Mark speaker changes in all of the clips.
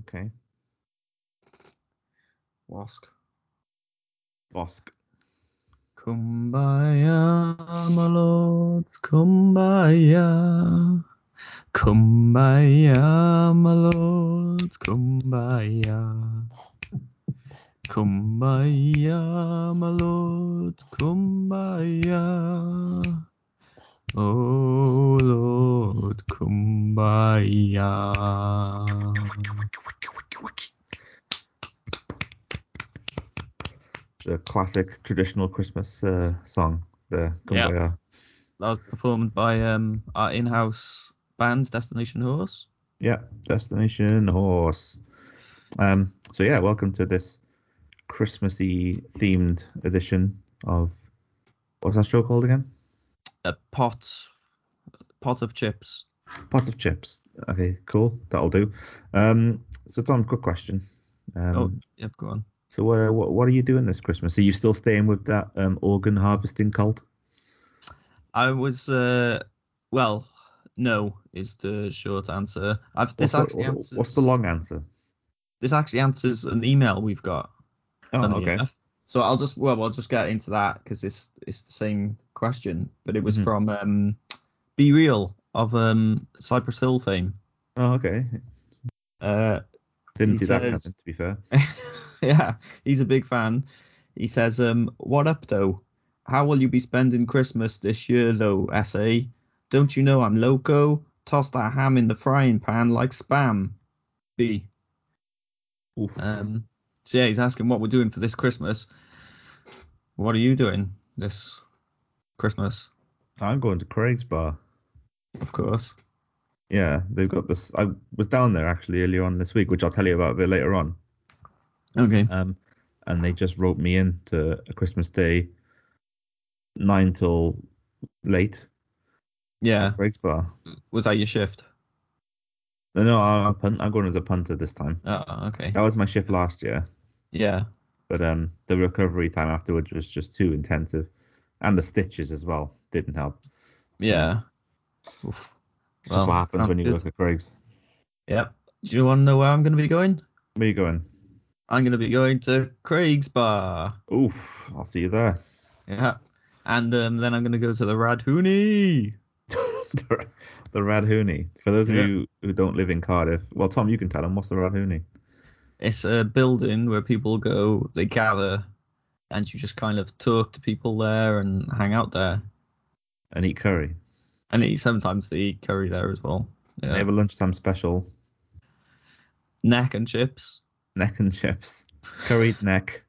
Speaker 1: Okay. Wask. Vosk.
Speaker 2: Kumbaya, my lords, kumbaya. Kumbaya, my lords, kumbaya. Kumbaya, my lords, kumbaya. Oh Lord, kumbaya.
Speaker 1: The classic traditional Christmas uh, song. The
Speaker 2: Yeah.
Speaker 1: Kumbaya.
Speaker 2: That was performed by um, our in-house band, Destination Horse.
Speaker 1: Yeah, Destination Horse. Um, so yeah, welcome to this Christmassy themed edition of what's that show called again?
Speaker 2: A pot, pot of chips.
Speaker 1: Pot of Chips. Okay, cool. That'll do. Um, so Tom, quick question. Um,
Speaker 2: oh, yep, go on.
Speaker 1: So what, uh, what what are you doing this Christmas? Are you still staying with that um, organ harvesting cult?
Speaker 2: I was, uh, well, no is the short answer. I've, this
Speaker 1: What's, the,
Speaker 2: actually answers.
Speaker 1: what's the long answer?
Speaker 2: This actually answers an email we've got.
Speaker 1: Oh,
Speaker 2: funnily
Speaker 1: okay.
Speaker 2: enough. So I'll just well, I'll just get into that because it's it's the same question, but it was
Speaker 1: Mhm.
Speaker 2: from um, Be Real of um, Cypress Hill fame.
Speaker 1: Oh, okay.
Speaker 2: Uh,
Speaker 1: Didn't
Speaker 2: He
Speaker 1: see that coming.
Speaker 2: says-
Speaker 1: To be fair.
Speaker 2: yeah, he's a big fan. He says, um, "What up though? How will you be spending Christmas this year though, SA? Don't you know I'm loco? Toss that ham in the frying pan like spam." B.
Speaker 1: Oof.
Speaker 2: Um, so yeah, he's asking what we're doing for this Christmas. What are you doing this Christmas?
Speaker 1: I'm going to Craig's bar.
Speaker 2: Of course.
Speaker 1: Yeah, they've got this. I was down there actually earlier on this week, which I'll tell you about a bit later on.
Speaker 2: Okay.
Speaker 1: Um, and they just roped me in to a Christmas day, nine till late.
Speaker 2: Yeah.
Speaker 1: Craig's bar.
Speaker 2: Was that your shift?
Speaker 1: No, no, I'm, a punt, I'm going as a punter this time.
Speaker 2: Oh, okay.
Speaker 1: That was my shift last year.
Speaker 2: Yeah.
Speaker 1: but um, the recovery time afterwards was just too intensive, and the stitches as well didn't help.
Speaker 2: Yeah. Oof.
Speaker 1: It's just what happens
Speaker 2: sounds
Speaker 1: when you
Speaker 2: good.
Speaker 1: work at Greg's.
Speaker 2: Yep. Do you want to know where I'm going to be going?
Speaker 1: Where you going?
Speaker 2: I'm going to be going to Craig's Bar.
Speaker 1: Oof, I'll see you there.
Speaker 2: Yeah. And um, then I'm going to go to the Radhuni.
Speaker 1: the Radhuni. For those of
Speaker 2: Yeah.
Speaker 1: you who don't live in Cardiff, well, Tom, you can tell them what's the Radhuni.
Speaker 2: It's a building where people go, they gather, and you just kind of talk to people there and hang out there.
Speaker 1: And eat curry.
Speaker 2: And eat, sometimes they eat curry there as well.
Speaker 1: They
Speaker 2: Yeah.
Speaker 1: have a lunchtime special:
Speaker 2: Neck and chips.
Speaker 1: neck and chips, curried neck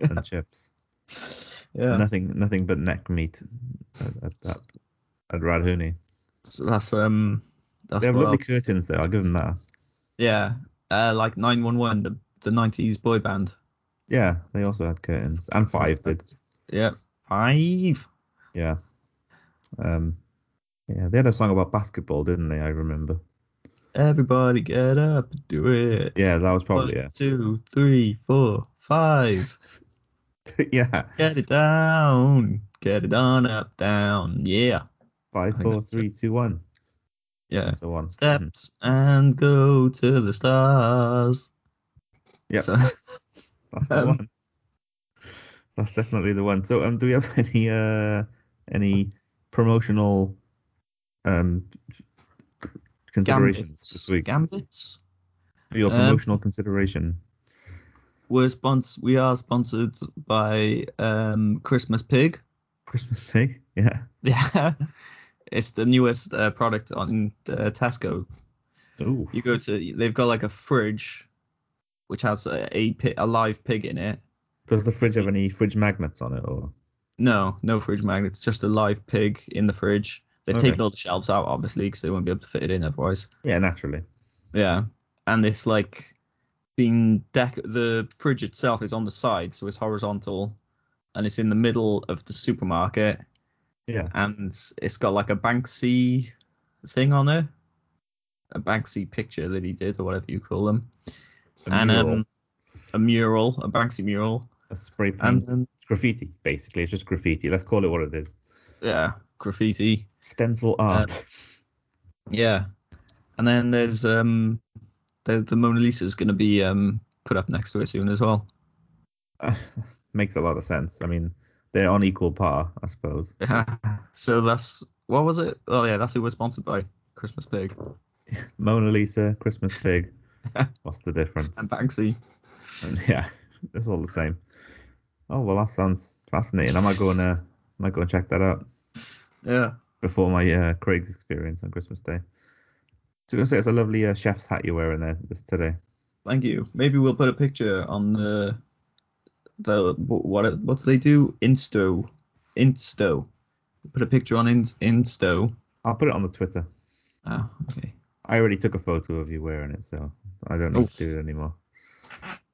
Speaker 1: and chips.
Speaker 2: Yeah.
Speaker 1: Nothing, nothing but neck meat at, at that at Radhuni.
Speaker 2: So that's um. That's
Speaker 1: They have
Speaker 2: what
Speaker 1: lovely
Speaker 2: I'll-
Speaker 1: curtains though. I'll give them that.
Speaker 2: yeah. Uh, like 911, the the 90s boy band.
Speaker 1: Yeah, they also had curtains, and five did.
Speaker 2: Yeah. Five.
Speaker 1: Yeah. Um, yeah, they had a song about basketball, didn't they? I remember.
Speaker 2: Everybody get up, and do it.
Speaker 1: Yeah, that was probably
Speaker 2: One,
Speaker 1: yeah.
Speaker 2: two, three, four, five.
Speaker 1: yeah,
Speaker 2: Get it down. Get it on up, down. Yeah.
Speaker 1: five,
Speaker 2: I think
Speaker 1: four,
Speaker 2: that's
Speaker 1: three, two, one,
Speaker 2: Yeah.
Speaker 1: and so on. Mhm.
Speaker 2: Steps and go to the stars.
Speaker 1: Yep.
Speaker 2: So,
Speaker 1: That's the
Speaker 2: um,
Speaker 1: one. That's definitely the one. So, um, do we have any uh any promotional um considerations this week?
Speaker 2: Gambits.
Speaker 1: Your
Speaker 2: Um,
Speaker 1: promotional consideration.
Speaker 2: We're spons- We are sponsored by um, Christmas Pig.
Speaker 1: Christmas pig. Yeah.
Speaker 2: Yeah, it's the newest uh, product on uh, Tesco.
Speaker 1: Ooh.
Speaker 2: You go to, they've got like a fridge, which has a, a, pi- a live pig in it.
Speaker 1: Does the fridge have any fridge magnets on it or?
Speaker 2: No, no fridge magnets, just a live pig in the fridge. They've
Speaker 1: Okay.
Speaker 2: taken all the shelves out, obviously, because they won't be able to fit it in otherwise.
Speaker 1: Yeah, naturally.
Speaker 2: Yeah, and it's like being deck. The fridge itself is on the side, so it's horizontal, and it's in the middle of the supermarket.
Speaker 1: Yeah.
Speaker 2: and it's got like a Banksy thing on there, a Banksy picture that he did or whatever you call them,
Speaker 1: A
Speaker 2: and
Speaker 1: mural,
Speaker 2: um, a mural, a Banksy mural,
Speaker 1: a spray paint,
Speaker 2: and um,
Speaker 1: graffiti. Basically, it's just graffiti. Let's call it what it is.
Speaker 2: yeah, graffiti, Uh,
Speaker 1: Stencil art.
Speaker 2: yeah, and then there's um, The, the Mona Lisa is going to be um, put up next to it soon as well.
Speaker 1: Makes a lot of sense. I mean, they're on equal par, I suppose.
Speaker 2: so that's what was it? Oh yeah, that's who we're sponsored by. Christmas Pig
Speaker 1: Mona Lisa, Christmas Pig. What's the difference?
Speaker 2: and Banksy.
Speaker 1: And yeah, it's all the same. Oh well, that sounds fascinating. I might go and uh, might go and check that out
Speaker 2: Yeah.
Speaker 1: before my uh, Craig's experience on Christmas Day. So gonna say it's a lovely uh, chef's hat you're wearing there this today.
Speaker 2: Thank you. Maybe we'll put a picture on the the wh- what what do they do? Insto, Insto. Put a picture on in, Insto.
Speaker 1: I'll put it on the Twitter.
Speaker 2: Oh, okay.
Speaker 1: I already took a photo of you wearing it, so I don't need
Speaker 2: Oof.
Speaker 1: to do it anymore.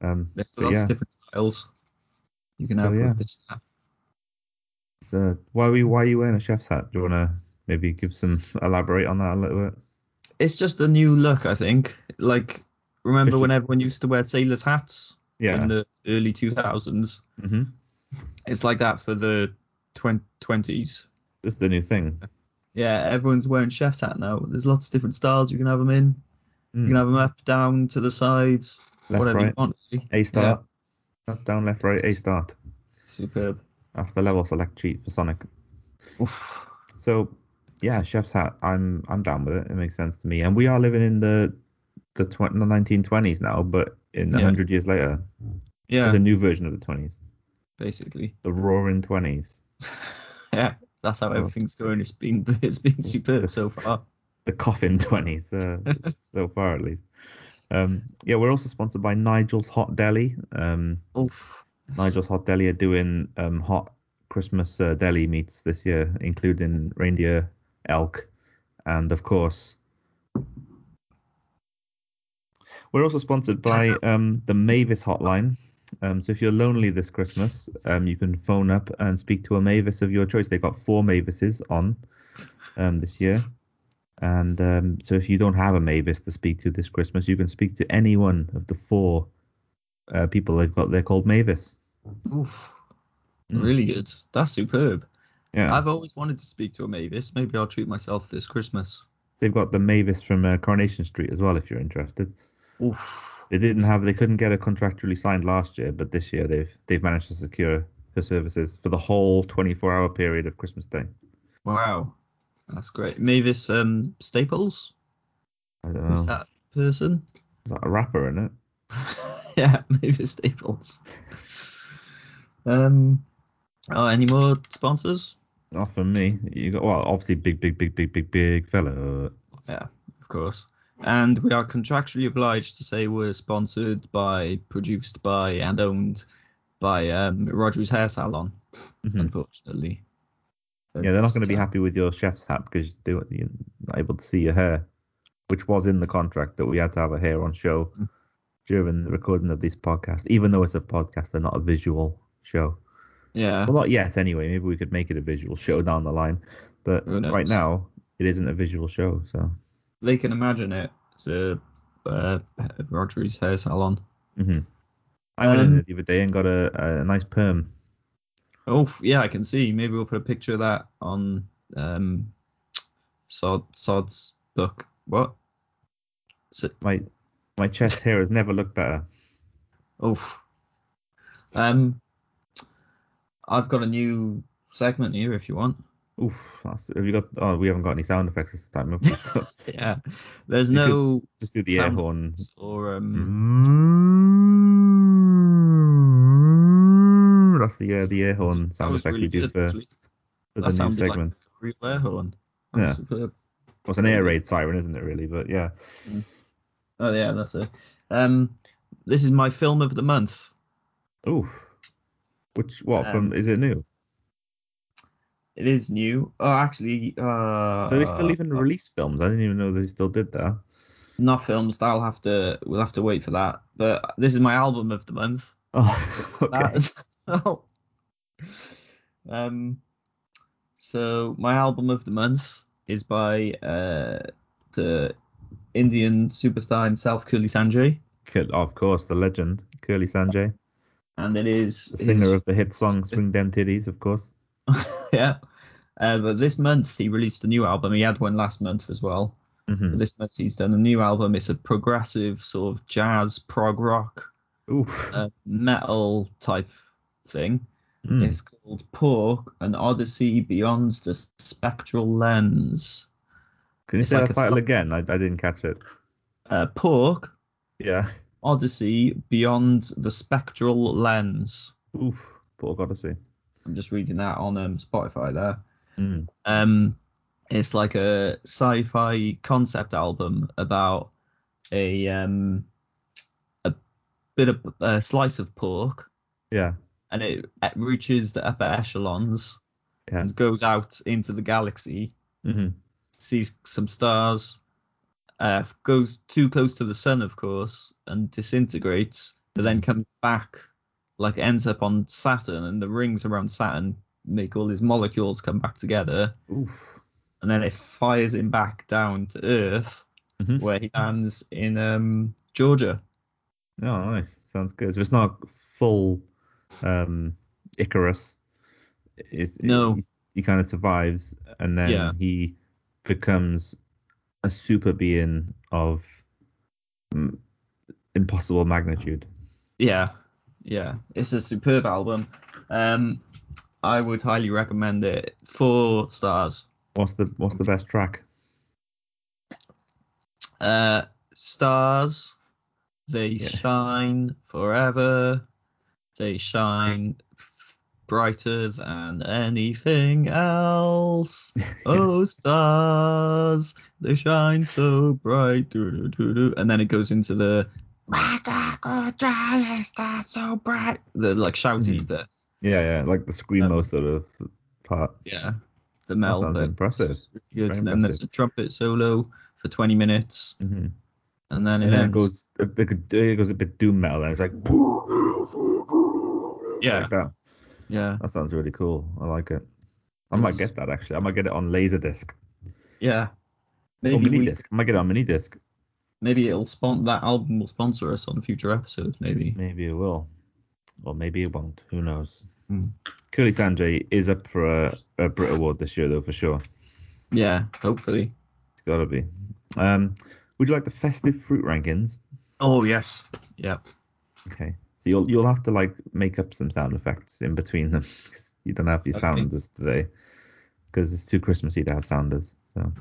Speaker 1: Um,
Speaker 2: There's
Speaker 1: but
Speaker 2: lots
Speaker 1: yeah,
Speaker 2: of different styles you can
Speaker 1: So,
Speaker 2: have. with
Speaker 1: yeah.
Speaker 2: this app.
Speaker 1: it's, uh, why are we why are you wearing a chef's hat? Do you wanna maybe give some elaborate on that a little bit?
Speaker 2: It's just a new look, I think. Like remember
Speaker 1: Fifty-
Speaker 2: when everyone used to wear sailors hats
Speaker 1: Yeah.
Speaker 2: in the early 2000s?
Speaker 1: hmm
Speaker 2: It's like that for the twen- 20s.
Speaker 1: This is the new thing.
Speaker 2: Yeah, everyone's wearing chef's hat now. There's lots of different styles you can have them in. You
Speaker 1: Mm.
Speaker 2: can have them up, down, to the sides,
Speaker 1: Left,
Speaker 2: whatever you
Speaker 1: right.
Speaker 2: want. really.
Speaker 1: A start. Up, down, left, right, A start.
Speaker 2: Superb.
Speaker 1: That's the level select cheat for Sonic.
Speaker 2: Oof.
Speaker 1: So yeah, chef's hat. I'm I'm down with it. It makes sense to me. And we are living in the the, tw- the 1920s now, but in
Speaker 2: Yeah.
Speaker 1: 100 years later,
Speaker 2: Yeah,
Speaker 1: there's a new version of the 20s,
Speaker 2: basically.
Speaker 1: the Roaring 20s,
Speaker 2: Yeah, that's
Speaker 1: Oh.
Speaker 2: how everything's going. It's been it's been superb so far.
Speaker 1: the coffin 20s, uh, so far at least. Um, yeah, we're also sponsored by Nigel's Hot Deli. Um,
Speaker 2: Oof.
Speaker 1: Nigel's Hot Deli are doing um, hot Christmas uh, deli meats this year, including reindeer, elk, and of course. We're also sponsored by um, the Mavis Hotline. Um, so if you're lonely this Christmas, um, you can phone up and speak to a Mavis of your choice. They've got four Mavises on um, this year. And um, so if you don't have a Mavis to speak to this Christmas, you can speak to any one of the four uh, people they've got. They're called Mavis.
Speaker 2: Oof.
Speaker 1: Mm.
Speaker 2: Really good. That's superb.
Speaker 1: Yeah.
Speaker 2: I've always wanted to speak to a Mavis. Maybe I'll treat myself this Christmas.
Speaker 1: They've got the Mavis from uh, Coronation Street as well, if you're interested.
Speaker 2: Oof.
Speaker 1: They didn't have, they couldn't get her contractually signed last year, but this year they've they've managed to secure her services for the whole 24-hour period of Christmas Day.
Speaker 2: Wow. That's great. Mavis um, Staples?
Speaker 1: I don't know.
Speaker 2: Who's
Speaker 1: Is that,
Speaker 2: that person?
Speaker 1: a rapper in it?
Speaker 2: yeah, Mavis Staples. Um, oh, any more sponsors?
Speaker 1: Not for me. You got well, obviously big, big, big, big, big, big fella.
Speaker 2: Yeah, of course. And we are contractually obliged to say we're sponsored by, produced by, and owned by um, Rogers Hair Salon.
Speaker 1: Mhm.
Speaker 2: Unfortunately. uh,
Speaker 1: Yeah, they're not going to be happy with your chef's hat because they, were- you're not able to see your hair, which was in the contract that we had to have a hair on show
Speaker 2: Mm.
Speaker 1: during the recording of this podcast, even though it's a podcast and not a visual show.
Speaker 2: Yeah.
Speaker 1: Well, not yet, anyway. Maybe we could make it a visual show down the line, but
Speaker 2: Who knows?
Speaker 1: right now it isn't a visual show. So,
Speaker 2: they can imagine it. The uh, Rogers hair salon.
Speaker 1: hmm I went in
Speaker 2: Um,
Speaker 1: there the other day and got a, a nice perm.
Speaker 2: Oh f- yeah, I can see. Maybe we'll put a picture of that on um, Sod Sod's book. What?
Speaker 1: My my chest hair has never looked better.
Speaker 2: Oof. Oh, Um, I've got a new segment here if you want.
Speaker 1: Oof. That's, have you got? Oh, we haven't got any sound effects this time. Have we? So
Speaker 2: Yeah. There's
Speaker 1: You could- Mm-hmm.
Speaker 2: no
Speaker 1: just do the air
Speaker 2: Sound
Speaker 1: horn. Mm.
Speaker 2: or um.
Speaker 1: That's the uh, the air horn
Speaker 2: Mm. That
Speaker 1: sound
Speaker 2: was
Speaker 1: effect
Speaker 2: really
Speaker 1: we do
Speaker 2: good.
Speaker 1: for, for
Speaker 2: actually. That
Speaker 1: the new
Speaker 2: sounded like-
Speaker 1: segments.
Speaker 2: Real air horn. That was superb.
Speaker 1: Well, it's an air raid siren, isn't it? Really, but yeah.
Speaker 2: Oh yeah, that's it. Um, this is my film of the month.
Speaker 1: Oof. Which what
Speaker 2: Um,
Speaker 1: from? Is it new?
Speaker 2: It is new. Oh, actually, uh,
Speaker 1: Do they still even release films? I didn't even know they still did that.
Speaker 2: not films. I'll have to. We'll have to wait for that. But this is my album of the month.
Speaker 1: Oh,
Speaker 2: That
Speaker 1: okay.
Speaker 2: is- oh. Um, so my album of the month is by uh the Indian superstar himself, Curly Sanjay,
Speaker 1: Cur- Of course, the legend Curly
Speaker 2: Uh,
Speaker 1: Sanjay,
Speaker 2: and it is
Speaker 1: the
Speaker 2: his-
Speaker 1: singer of the hit song "Swing Them Titties," of course.
Speaker 2: yeah. Uh, but this month he released a new album. He had one last month as well.
Speaker 1: Mhm.
Speaker 2: listeners. He's done a new album. It's a progressive sort of jazz, prog rock,
Speaker 1: Oof.
Speaker 2: uh, metal type thing.
Speaker 1: Mm.
Speaker 2: It's called Pork, an Odyssey Beyond the Spectral Lens.
Speaker 1: Can you
Speaker 2: it's
Speaker 1: say
Speaker 2: like
Speaker 1: that
Speaker 2: a
Speaker 1: title
Speaker 2: song.
Speaker 1: again? I, I didn't catch it.
Speaker 2: Uh, Pork,
Speaker 1: Yeah.
Speaker 2: Odyssey Beyond the Spectral Lens.
Speaker 1: Oof. Poor Odyssey.
Speaker 2: I'm just reading that on um, Spotify there.
Speaker 1: Mm.
Speaker 2: Um, it's like a sci-fi concept album about a um, a bit of a slice of pork,
Speaker 1: Yeah.
Speaker 2: and it e- reaches the upper echelons
Speaker 1: Yeah.
Speaker 2: and goes out into the galaxy,
Speaker 1: Mhm.
Speaker 2: sees some stars, uh, goes too close to the sun, of course, and disintegrates, but then comes back, like ends up on Saturn, and the rings around Saturn make all these molecules come back together
Speaker 1: Oof.
Speaker 2: and then it fires him back down to Earth,
Speaker 1: Mhm.
Speaker 2: where he lands in um, Georgia.
Speaker 1: Oh, nice. Sounds good. So it's not full um, Icarus. It's,
Speaker 2: No.
Speaker 1: he's- he kind of survives, and then
Speaker 2: Yeah.
Speaker 1: he becomes a super being of mm, impossible magnitude.
Speaker 2: Yeah, yeah, it's a superb album. Um, I would highly recommend it. Four stars.
Speaker 1: What's the What's the best track?
Speaker 2: Uh, stars, they
Speaker 1: Yeah.
Speaker 2: shine forever. They shine f- brighter than anything else. Oh, stars, they shine so bright. doo-doo-doo-doo. And then it goes into the stars so bright. The like
Speaker 1: Hmm.
Speaker 2: shouty bit.
Speaker 1: Yeah, yeah, like the screamo sort of part.
Speaker 2: Yeah. The mel.
Speaker 1: sounds
Speaker 2: bit.
Speaker 1: impressive.
Speaker 2: It's Good.
Speaker 1: Very
Speaker 2: And then there's a trumpet solo for 20 minutes.
Speaker 1: hmm
Speaker 2: And then it
Speaker 1: And then it
Speaker 2: ends.
Speaker 1: goes a bit, it goes a bit doom metal, and it's like
Speaker 2: Yeah.
Speaker 1: like that.
Speaker 2: yeah.
Speaker 1: That sounds really cool. I like it. I might
Speaker 2: It's-
Speaker 1: get that actually. I might get it on Laserdisc
Speaker 2: Yeah.
Speaker 1: or
Speaker 2: Maybe
Speaker 1: mini
Speaker 2: we,
Speaker 1: disc. I might get it on mini disc.
Speaker 2: maybe it'll spon- that album will sponsor us on future episodes. Maybe.
Speaker 1: Maybe it will, or maybe it won't. Who knows?
Speaker 2: Hmm.
Speaker 1: Curly Sanjay is up for a, a Brit Award this year though, for sure.
Speaker 2: Yeah. Hopefully.
Speaker 1: It's gotta be. Um, would you like the festive fruit rankings?
Speaker 2: Oh yes. Yeah.
Speaker 1: Okay. So you'll you'll have to like make up some sound effects in between them 'cause you don't have your
Speaker 2: Okay.
Speaker 1: sounders today because it's too Christmassy to have sounders. So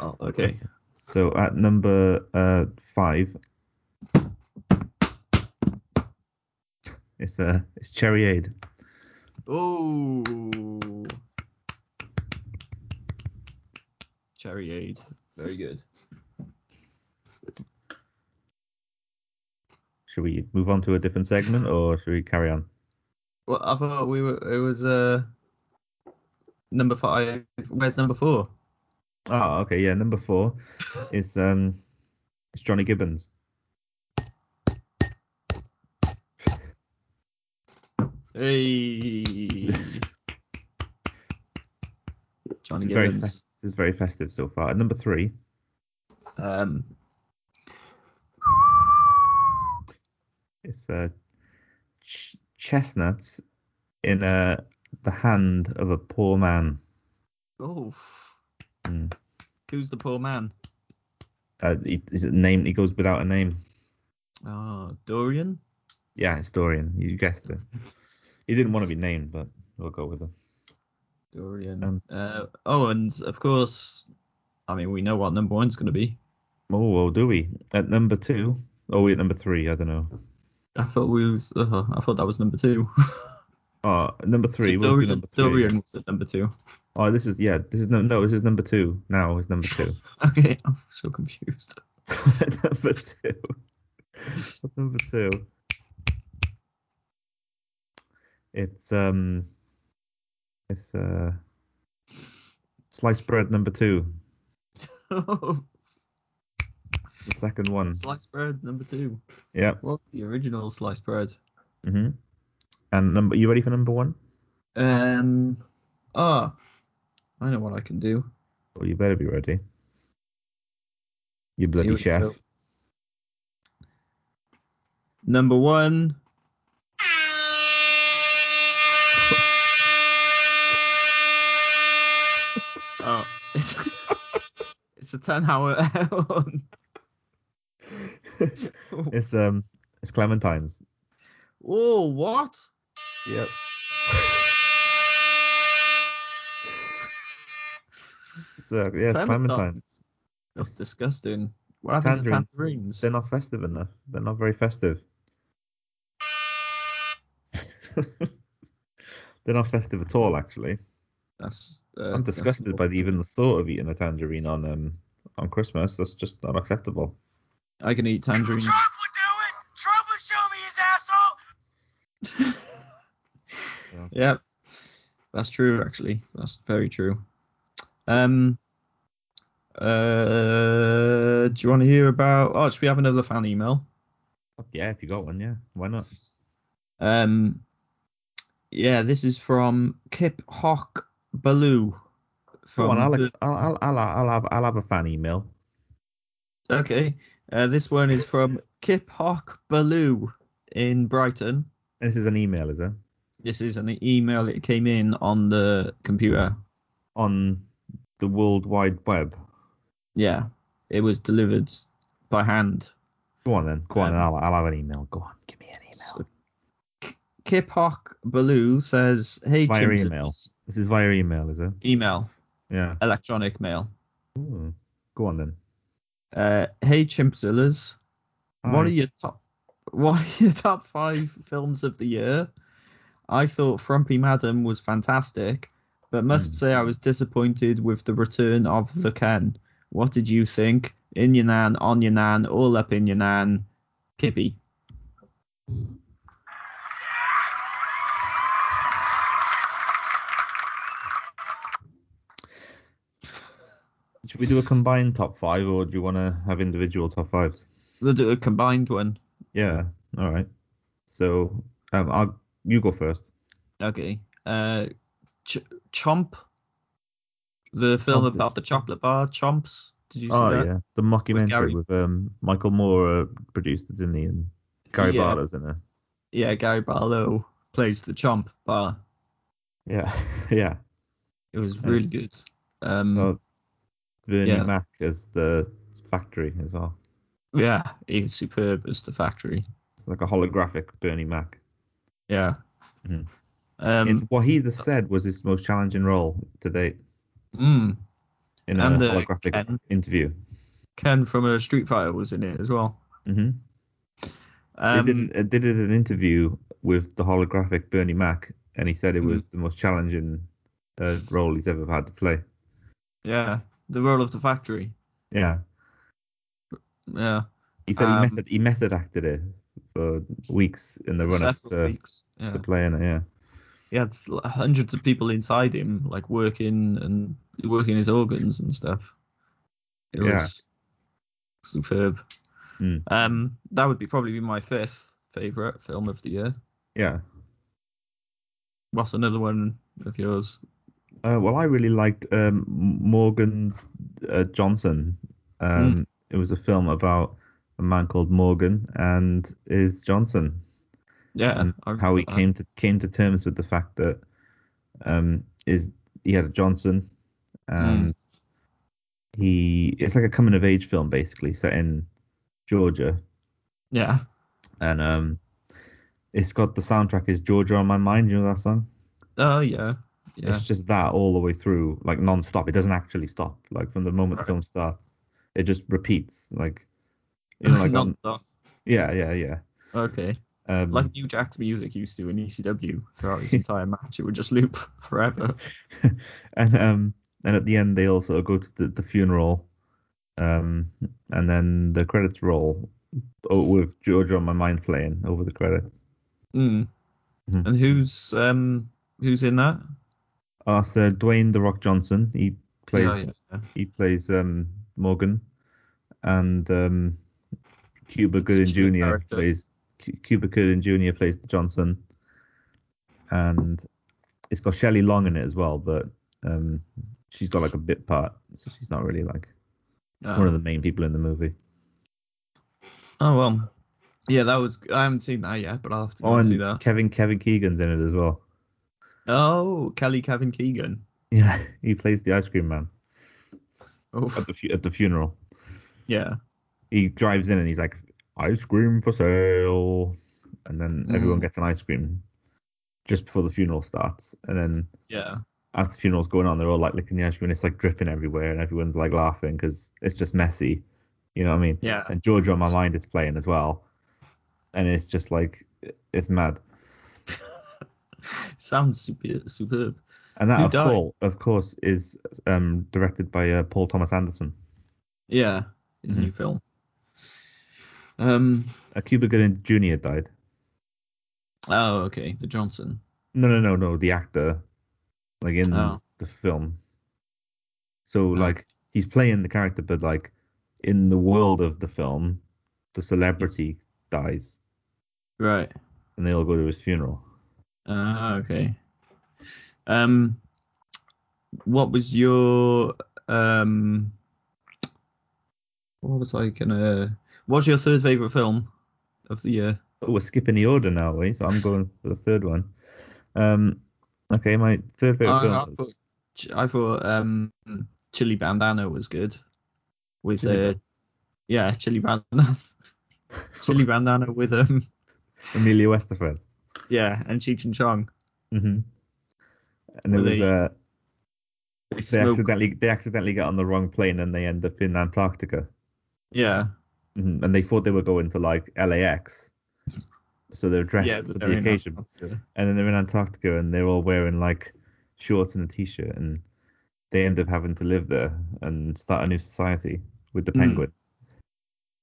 Speaker 2: Oh, okay.
Speaker 1: so at number uh five, it's uh it's Cherry Aid.
Speaker 2: Oh. Cherry Aid. Very good.
Speaker 1: Should we move on to a different segment or should we carry on?
Speaker 2: Well, I thought we were. It was uh. Number five. Where's number four?
Speaker 1: Ah, okay, yeah. Number four is um it's Johnny Gibbons.
Speaker 2: Hey.
Speaker 1: This
Speaker 2: Johnny
Speaker 1: is very fe-
Speaker 2: Gibbons.
Speaker 1: this is very festive so far. At number three,
Speaker 2: Um.
Speaker 1: It's uh, ch- chestnuts in uh, the hand of a poor man.
Speaker 2: Oh.
Speaker 1: Mm.
Speaker 2: Who's the poor man?
Speaker 1: Uh, he, is it name? He goes without a name.
Speaker 2: Oh, Dorian.
Speaker 1: Yeah, it's Dorian. You guessed it. He didn't want to be named, but we'll go with it.
Speaker 2: Dorian.
Speaker 1: Um,
Speaker 2: uh, oh, and of course, I mean, we know what number one's going to be.
Speaker 1: Oh, well, do we? At number two? Oh, we at number three. I don't know.
Speaker 2: I thought we was. Uh, I thought that was number two.
Speaker 1: Oh, number three.
Speaker 2: So
Speaker 1: we'll do
Speaker 2: Dorian,
Speaker 1: number three.
Speaker 2: Dorian was at number two.
Speaker 1: Oh, this is yeah. This is no, no. This is number two. Now is number two.
Speaker 2: Okay, I'm so confused.
Speaker 1: number two. number two. It's um. It's uh. Sliced bread number two. Hmm. The second one.
Speaker 2: sliced bread number two.
Speaker 1: Yep.
Speaker 2: Well, the original sliced bread.
Speaker 1: hmm And number. You ready for number one?
Speaker 2: Um. Ah, I know what I can do.
Speaker 1: Well, you better be ready. You bloody
Speaker 2: we
Speaker 1: chef.
Speaker 2: go. Number one. Oh, it's it's a ten hour
Speaker 1: It's um, it's Clementine's.
Speaker 2: Oh, what?
Speaker 1: Yep. so yeah, it's Clementine's.
Speaker 2: That's disgusting. What happened to
Speaker 1: tangerines.
Speaker 2: tangerines?
Speaker 1: They're not festive enough. They're not very festive. They're not festive at all, actually.
Speaker 2: That's. Uh,
Speaker 1: I'm disgusted by the, even the thought of eating a tangerine on um on Christmas. That's just not acceptable.
Speaker 2: I can eat tangerines.
Speaker 3: Trump would do it. Trump would show me his asshole.
Speaker 2: Yep, that's true. Actually, that's very true. Um, uh, do you want to hear about? Oh, should we have another fan email?
Speaker 1: Yeah, if you got one, yeah, why not?
Speaker 2: Um, yeah, this is from Kip Hawk Baloo.
Speaker 1: Go
Speaker 2: From
Speaker 1: on, Alex. I'll, I'll, I'll, I'll have I'll have a fan email.
Speaker 2: the- okay, uh, this one is from Kip Hawk Baloo in Brighton.
Speaker 1: This is an email, is it?
Speaker 2: This is an email that came in on the computer.
Speaker 1: On the World Wide Web.
Speaker 2: Yeah, it was delivered by hand.
Speaker 1: Go on then. Go on.
Speaker 2: Um,
Speaker 1: then. I'll, I'll have an email. Go on. Give me an email.
Speaker 2: Kip Hawk Baloo says, "Hey,
Speaker 1: Via
Speaker 2: Chimps,
Speaker 1: email. This is via email, is it?
Speaker 2: email,
Speaker 1: Yeah.
Speaker 2: electronic mail.
Speaker 1: Ooh. Go on then.
Speaker 2: Uh, hey, Chimpzillas, what
Speaker 1: Hi.
Speaker 2: are your top? What are your top five films of the year? I thought Frumpy Madam was fantastic, but must
Speaker 1: Hmm.
Speaker 2: say I was disappointed with the return of the Ken. What did you think? In your nan, on your nan, all up in your nan, Kippy.
Speaker 1: Should we do a combined top five, or do you want to have individual top fives?
Speaker 2: They'll do a combined one.
Speaker 1: Yeah. All right. So um, I'll you go first.
Speaker 2: Okay. Uh, Ch- Chomp, the film
Speaker 1: Chomp.
Speaker 2: about the chocolate bar, Chomps. Did you see
Speaker 1: Oh
Speaker 2: that?
Speaker 1: yeah, the
Speaker 2: With
Speaker 1: mockumentary
Speaker 2: Gary-
Speaker 1: with, um, Michael Moore uh, produced it, didn't he? And Gary
Speaker 2: Yeah.
Speaker 1: Barlow's in it.
Speaker 2: Yeah, Gary Barlow plays the Chomp bar.
Speaker 1: Yeah, yeah.
Speaker 2: It was
Speaker 1: Yeah.
Speaker 2: really good. Um,
Speaker 1: Oh, Bernie
Speaker 2: Yeah.
Speaker 1: Mac as the factory as well.
Speaker 2: yeah, he was superb as the factory.
Speaker 1: It's like a holographic Bernie Mac.
Speaker 2: Yeah.
Speaker 1: Mhm.
Speaker 2: Um,
Speaker 1: In- what he just said was his most challenging role to date
Speaker 2: mm,
Speaker 1: in a
Speaker 2: and the
Speaker 1: holographic
Speaker 2: Ken,
Speaker 1: interview.
Speaker 2: Ken from a Street Fighter was in it as well.
Speaker 1: hmm
Speaker 2: Um,
Speaker 1: they did, uh, they did an interview with the holographic Bernie Mac, and he said it
Speaker 2: mm-hmm.
Speaker 1: was the most challenging uh, role he's ever had to play.
Speaker 2: Yeah, the role of the factory.
Speaker 1: Yeah,
Speaker 2: Yeah,
Speaker 1: he said
Speaker 2: Um,
Speaker 1: he method he method acted it for weeks in the run up
Speaker 2: several
Speaker 1: to,
Speaker 2: weeks. Yeah.
Speaker 1: to playing it. Yeah,
Speaker 2: he had l- hundreds of people inside him, like working and working his organs and stuff. It
Speaker 1: Yeah.
Speaker 2: was superb.
Speaker 1: Hmm.
Speaker 2: Um, that would be probably be my fifth favorite film of the year.
Speaker 1: yeah.
Speaker 2: What's another one of yours?
Speaker 1: Uh, well, I really liked um, Morgan's uh, Johnson. Um, It was a film about a man called Morgan and his Johnson.
Speaker 2: Yeah,
Speaker 1: and
Speaker 2: I
Speaker 1: Hmm. how he
Speaker 2: remember that.
Speaker 1: came to came to terms with the fact that um is he had a Johnson and he it's like a coming of age film basically set in Georgia
Speaker 2: Yeah,
Speaker 1: and um it's got the soundtrack is Georgia on my mind you know that song
Speaker 2: oh yeah, yeah,
Speaker 1: it's just that all the way through like non-stop it doesn't actually stop like from the moment
Speaker 2: Right.
Speaker 1: the film starts it just repeats like you know like on-
Speaker 2: non-stop.
Speaker 1: yeah yeah yeah
Speaker 2: Okay,
Speaker 1: um,
Speaker 2: like New Jack's music used to in ECW throughout his entire match, it would just loop forever.
Speaker 1: and um and at the end they also go to the, the funeral um and then the credits roll oh, with George on my mind playing over the credits
Speaker 2: Mm.
Speaker 1: Mhm.
Speaker 2: And who's um who's in that?
Speaker 1: uh so Dwayne the Rock Johnson he plays
Speaker 2: Yeah, yeah.
Speaker 1: he plays um Morgan and um Cuba
Speaker 2: It's a
Speaker 1: Gooding
Speaker 2: dual
Speaker 1: Jr
Speaker 2: character.
Speaker 1: plays Cu- Cuba Gooding Jr plays the Johnson and it's got Shelley Long in it as well but um she's got like a bit part so she's not really like
Speaker 2: Yeah.
Speaker 1: one of the main people in the movie.
Speaker 2: Oh well, yeah, that was. I haven't seen that yet, but I'll have to go
Speaker 1: Oh,
Speaker 2: and see
Speaker 1: and
Speaker 2: that.
Speaker 1: Kevin Kevin Keegan's in it as well.
Speaker 2: Oh, Kelly Kevin Keegan.
Speaker 1: Yeah, he plays the ice cream man.
Speaker 2: Oh,
Speaker 1: at the fu- at the funeral.
Speaker 2: yeah.
Speaker 1: He drives in and he's like, "Ice cream for sale," and then everyone
Speaker 2: Mm.
Speaker 1: gets an ice cream just before the funeral starts. And then
Speaker 2: Yeah.
Speaker 1: as the funeral's going on, they're all like licking the ice cream and it's like dripping everywhere, and everyone's like laughing because it's just messy. You know what I mean?
Speaker 2: Yeah.
Speaker 1: And Georgia on my mind is playing as well, and it's just like it's mad.
Speaker 2: Sounds super, superb.
Speaker 1: And that
Speaker 2: Who
Speaker 1: of,
Speaker 2: died?
Speaker 1: Paul, of course, is um, directed by uh, Paul Thomas Anderson.
Speaker 2: Yeah. His new film. Um.
Speaker 1: Uh, Cuba Gooding Jr. died.
Speaker 2: Oh, okay. The Johnson.
Speaker 1: No, no, no, no. The actor, like in
Speaker 2: Oh.
Speaker 1: the film. So like he's playing the character, but like in the world of the film, the celebrity dies,
Speaker 2: Right.
Speaker 1: and they all go to his funeral.
Speaker 2: Ah, okay. Um, what was your um? What was I gonna? What's your third favorite film of the year?
Speaker 1: Oh, we're skipping the order now, are we? So I'm going for the third one. Um, okay, my third favorite
Speaker 2: I, Oh, I
Speaker 1: film.
Speaker 2: thought Ch- I thought um, Chili Bandana was good. With
Speaker 1: Chili
Speaker 2: uh, yeah, Chili Bandana. Chili Bandana with um,
Speaker 1: Amelia Westerfeld.
Speaker 2: yeah, and Cheech and Chong.
Speaker 1: hmm And it
Speaker 2: Were
Speaker 1: was
Speaker 2: they-
Speaker 1: uh,
Speaker 2: They
Speaker 1: they
Speaker 2: smoke.
Speaker 1: accidentally they accidentally get on the wrong plane and they end up in Antarctica.
Speaker 2: Yeah,
Speaker 1: Mhm, And they thought they were going to like LAX, so they're dressed
Speaker 2: yeah,
Speaker 1: for
Speaker 2: they're
Speaker 1: the
Speaker 2: in
Speaker 1: occasion.
Speaker 2: Antarctica.
Speaker 1: And then they're in Antarctica and they're all wearing like shorts and a t-shirt, and they end up having to live there and start a new society with the
Speaker 2: Mm.
Speaker 1: penguins.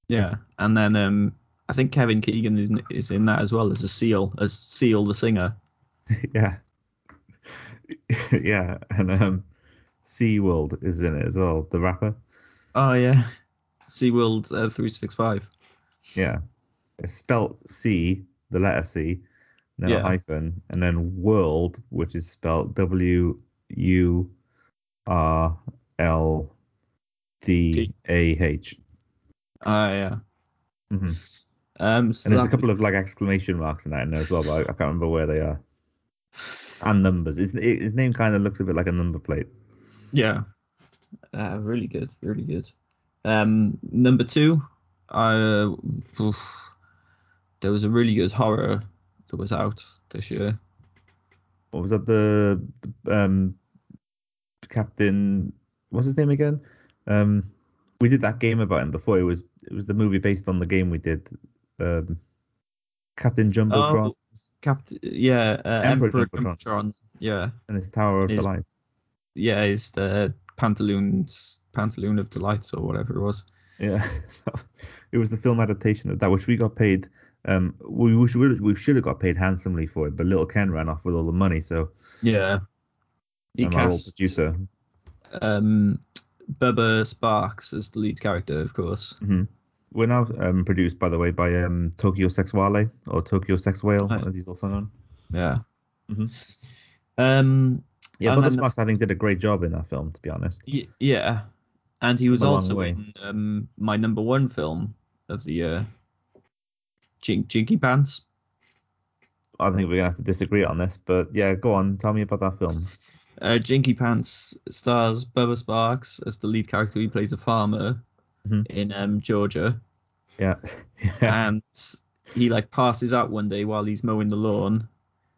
Speaker 2: Yeah, and then um, I think Kevin Keegan is in, is in that as well as a seal, as Seal the singer.
Speaker 1: yeah, yeah, and um, SeaWorld is in it as well, the rapper.
Speaker 2: Oh yeah, SeaWorld uh, 365.
Speaker 1: Yeah. It's spelt C, the letter C, then a
Speaker 2: Yeah.
Speaker 1: hyphen, and then world, which is spelt W U R L D A H.
Speaker 2: Oh yeah.
Speaker 1: Mhm.
Speaker 2: Um, so
Speaker 1: And there's a
Speaker 2: that-
Speaker 1: couple of like exclamation marks in that in there as well, but I, I can't remember where they are. And numbers. His, his name kind of looks a bit like a number plate.
Speaker 2: Yeah. Uh, really good, really good. Um, number two, I oof, there was a really good horror that was out this year.
Speaker 1: What was that? The, the, um, Captain. What's his name again? Um, we did that game about him before. It was it was the movie based on the game we did. Um, Captain Jumbotron
Speaker 2: Oh. Captain, yeah, uh,
Speaker 1: Emperor
Speaker 2: Emperor,
Speaker 1: Jumbotron.
Speaker 2: Jumbotron. Yeah,
Speaker 1: and his Tower of
Speaker 2: Is-
Speaker 1: Delight.
Speaker 2: yeah, is the pantaloons, pantaloon of delights or whatever it was.
Speaker 1: Yeah, it was the film adaptation of that, which we got paid. Um, we we should we should have got paid handsomely for it, but Little Ken ran off with all the money, so
Speaker 2: Yeah. He
Speaker 1: um, our old
Speaker 2: cast
Speaker 1: producer.
Speaker 2: um, Bubba Sparks as the lead character, of course.
Speaker 1: We're now um, produced, by the way, by um, Tokyo Sex Wale or Tokyo Sex Whale,
Speaker 2: Nice.
Speaker 1: as he's also known.
Speaker 2: Yeah. Mm-hmm.
Speaker 1: Mhm.
Speaker 2: Um,
Speaker 1: Yeah,
Speaker 2: And
Speaker 1: Bubba
Speaker 2: then-
Speaker 1: Sparks, I think, did a great job in that film, to be honest.
Speaker 2: y- yeah, and he was
Speaker 1: Come a long
Speaker 2: also
Speaker 1: way.
Speaker 2: in um, my number one film of the year, Jink, Jinky Pants.
Speaker 1: I think we're gonna have to disagree on this, but yeah, go on, tell me about that film.
Speaker 2: Uh, Jinky Pants stars Bubba Sparks as the lead character. He plays a farmer
Speaker 1: Mhm.
Speaker 2: in um, Georgia,
Speaker 1: Yeah, yeah,
Speaker 2: and he like passes out one day while he's mowing the lawn,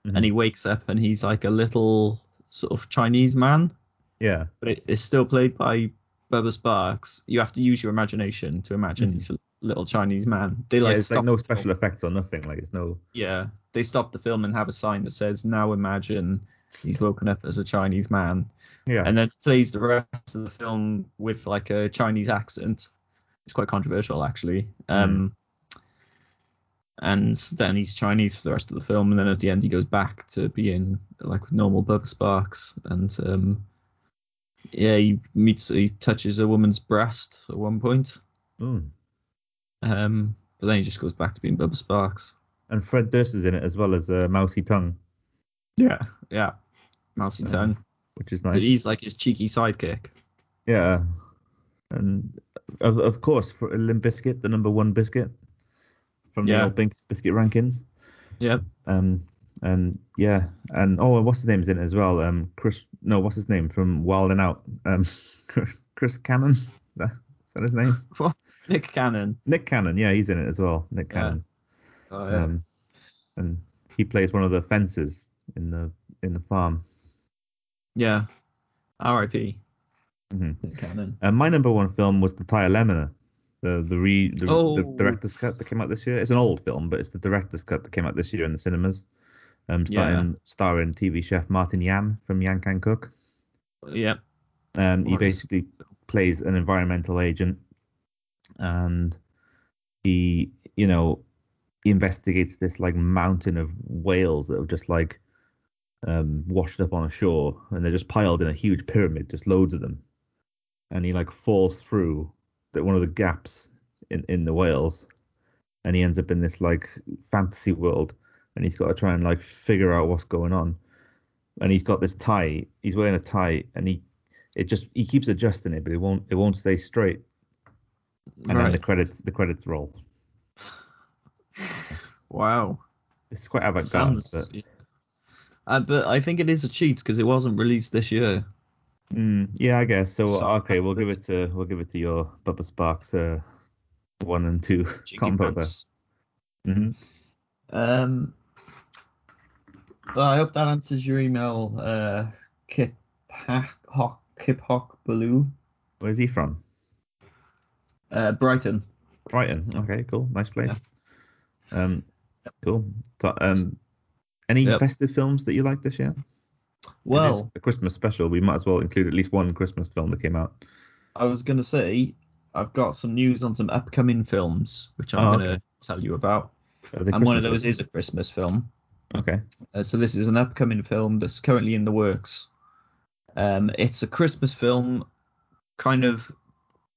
Speaker 1: Mhm.
Speaker 2: and he wakes up and he's like a little sort of Chinese man.
Speaker 1: yeah.
Speaker 2: but it, it's still played by Bubba Sparks. You have to use your imagination to imagine
Speaker 1: Mhm.
Speaker 2: he's a little Chinese man. They like,
Speaker 1: yeah it's like
Speaker 2: stop
Speaker 1: no
Speaker 2: the film-
Speaker 1: special effects or nothing. Like it's no.
Speaker 2: Yeah, they stop the film and have a sign that says "Now imagine he's woken up as a Chinese man,"
Speaker 1: Yeah.
Speaker 2: and then plays the rest of the film with like a Chinese accent. It's quite controversial actually. Um, and then he's Chinese for the rest of the film, and then at the end he goes back to being like normal Bubba Sparks, and um, yeah, he meets, he touches a woman's breast at one point,
Speaker 1: Mm.
Speaker 2: um, but then he just goes back to being Bubba Sparks.
Speaker 1: And Fred Durst is in it as well as uh, Mousy Tongue,
Speaker 2: Yeah, yeah, Mousy
Speaker 1: Um,
Speaker 2: Tongue.
Speaker 1: which is nice.
Speaker 2: He's like his cheeky sidekick.
Speaker 1: Yeah. And of, of course, for Limp Biscuit, the number one biscuit from
Speaker 2: Yeah.
Speaker 1: the old Binks biscuit rankings.
Speaker 2: Yep.
Speaker 1: Um. And yeah. And oh, what's his name's in it as well? Um. Chris. No, what's his name from Wild and Out? Um. Chris Chris Cannon. Is that is that his name?
Speaker 2: Nick Cannon.
Speaker 1: Nick Cannon. Yeah, he's in it as well. Nick
Speaker 2: Yeah.
Speaker 1: Cannon.
Speaker 2: Oh, yeah.
Speaker 1: Um, and he plays one of the fences in the in the farm.
Speaker 2: yeah. R.I.P.
Speaker 1: Mhm.
Speaker 2: Nick Cannon.
Speaker 1: Uh, my number one film was the Tyler Lemon, the the re the, the
Speaker 2: Oh.
Speaker 1: director's cut that came out this year. It's an old film, but it's the director's cut that came out this year in the cinemas. Um, starring starring TV chef Martin Yan from Yan Can Cook.
Speaker 2: Yeah.
Speaker 1: Um, he
Speaker 2: What is-
Speaker 1: basically plays an environmental agent, and he, you know, he investigates this like mountain of whales that have just like um, washed up on a shore, and they're just piled in a huge pyramid, just loads of them. And he like falls through the, one of the gaps in in the whales, and he ends up in this like fantasy world, and he's got to try and like figure out what's going on. And he's got this tie. He's wearing a tie, and he it just he keeps adjusting it, but it won't it won't stay straight. And then
Speaker 2: Right.
Speaker 1: the credits the credits roll.
Speaker 2: Wow.
Speaker 1: It's quite avant garde.
Speaker 2: Sounds. yeah. Uh, but I think it is achieved because it wasn't released this year.
Speaker 1: Mm, yeah, I guess. So,
Speaker 2: So-
Speaker 1: okay, we'll give it to we'll give it to your Bubba Sparks uh, one and two
Speaker 2: Cheeky
Speaker 1: combo there.
Speaker 2: pants.
Speaker 1: hmm
Speaker 2: Um, well, I hope that answers your email, uh, Kip Hock, Kip Hock Baloo,
Speaker 1: Where's he from?
Speaker 2: uh, Brighton.
Speaker 1: Brighton. Okay, cool. Nice place. Um, cool. So, um, any
Speaker 2: Yep.
Speaker 1: festive films that you like this year? It is
Speaker 2: Well,
Speaker 1: a Christmas special. We might as well include at least one Christmas film that came out.
Speaker 2: I was gonna say I've got some news on some upcoming films, which I'm
Speaker 1: Oh,
Speaker 2: gonna tell you about.
Speaker 1: Are they
Speaker 2: and one of
Speaker 1: Uh, Christmas
Speaker 2: those is a Christmas film.
Speaker 1: Okay.
Speaker 2: Uh, so this is an upcoming film that's currently in the works. Um, it's a Christmas film, kind of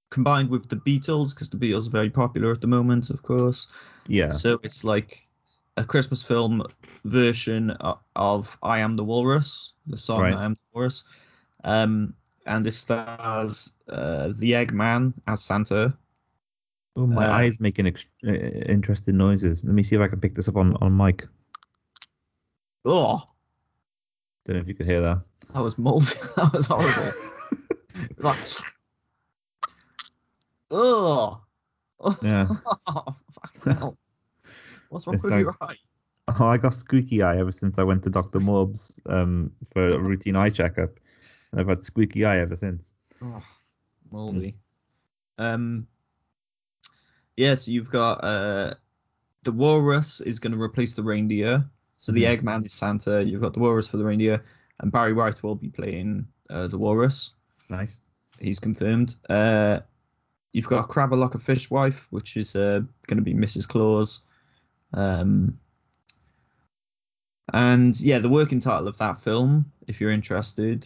Speaker 2: combined with the Beatles, because the Beatles are very popular at the moment, of course.
Speaker 1: Yeah.
Speaker 2: So it's like a Christmas film version o- of I Am the Walrus, the song
Speaker 1: Right.
Speaker 2: I Am the Walrus. Um, and it stars uh, the Eggman as Santa.
Speaker 1: Oh, my
Speaker 2: Uh,
Speaker 1: eyes making ex- uh, interesting noises. Let me see if I can pick this up on on mic.
Speaker 2: Oh,
Speaker 1: Don't know if you could hear that.
Speaker 2: that was mold. that was horrible. like, oh,
Speaker 1: Yeah.
Speaker 2: fucking hell. What's wrong
Speaker 1: It's
Speaker 2: with
Speaker 1: like-
Speaker 2: your eye?
Speaker 1: Oh, I got squeaky eye ever since I went to Doctor Morb's um for a routine eye checkup, and I've had squeaky eye ever since.
Speaker 2: Oh, moldy. Um, yeah, so you've got uh, the walrus is going to replace the reindeer. So the
Speaker 1: Mhm.
Speaker 2: Eggman is Santa. You've got the walrus for the reindeer, and Barry White will be playing uh, the walrus.
Speaker 1: Nice.
Speaker 2: He's confirmed. Uh, you've got Crab a Lock a Fish Wife, which is uh, going to be Mrs. Claus. Um, and yeah, the working title of that film, if you're interested,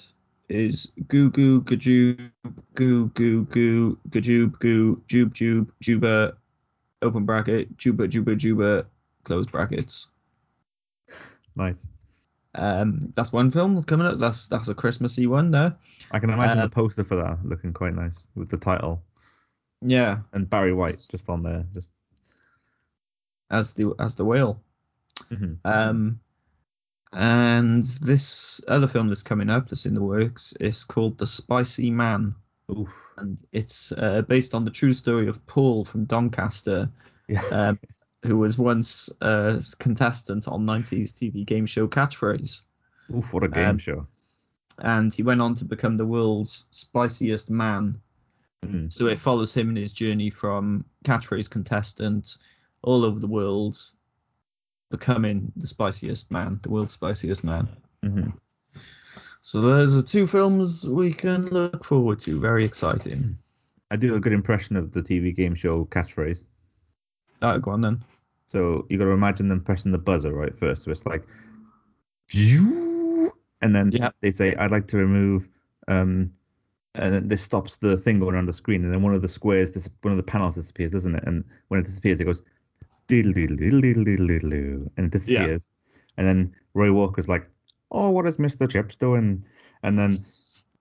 Speaker 2: is Goo Goo Gajoob Goo Goo Goo Gajoob Goo Joob Joob Juba open bracket Juba Juba Juba close brackets.
Speaker 1: Nice.
Speaker 2: Um, that's one film coming up. That's that's a Christmassy one there.
Speaker 1: I can imagine
Speaker 2: Uh,
Speaker 1: the poster for that looking quite nice with the title
Speaker 2: Yeah,
Speaker 1: and Barry White
Speaker 2: Yes.
Speaker 1: just on there. Just.
Speaker 2: as the as the whale.
Speaker 1: Mhm.
Speaker 2: Um, and this other film that's coming up, that's in the works, is called The Spicy Man,
Speaker 1: Oof.
Speaker 2: and it's uh, based on the true story of Paul from Doncaster,
Speaker 1: Yeah.
Speaker 2: um, who was once a contestant on 90s TV game show Catchphrase,
Speaker 1: Oof. What a game
Speaker 2: um,
Speaker 1: show.
Speaker 2: and he went on to become the world's spiciest man.
Speaker 1: Mm.
Speaker 2: So it follows him in his journey from catchphrase contestant all over the world, becoming the spiciest man, the world's spiciest man.
Speaker 1: Mhm.
Speaker 2: So those are two films we can look forward to. Very exciting.
Speaker 1: I do a good impression of the TV game show catchphrase.
Speaker 2: Oh, go on then.
Speaker 1: So you got to imagine them pressing the buzzer right first. So it's like, "Zhoo," and then
Speaker 2: Yeah.
Speaker 1: they say, "I'd like to remove," um, and then this stops the thing going around the screen, and then one of the squares, dis- one of the panels disappears, doesn't it? And when it disappears, it goes, "Diddle diddle diddle diddle diddle diddle," and it disappears. And then Roy Walker's like, "Oh, what is Mr. Chips doing?" And then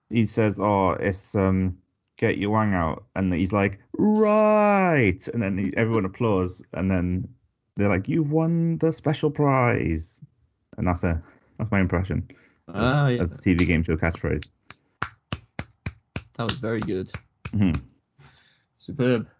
Speaker 1: he says, "Oh, it's um." Get your wang out, and he's like, right, and then he, everyone applauds, and then they're like, "You've won the special prize," and that's a that's my impression
Speaker 2: Ah, yeah,
Speaker 1: of the TV game show catchphrase.
Speaker 2: that was very good.
Speaker 1: hmm
Speaker 2: Superb.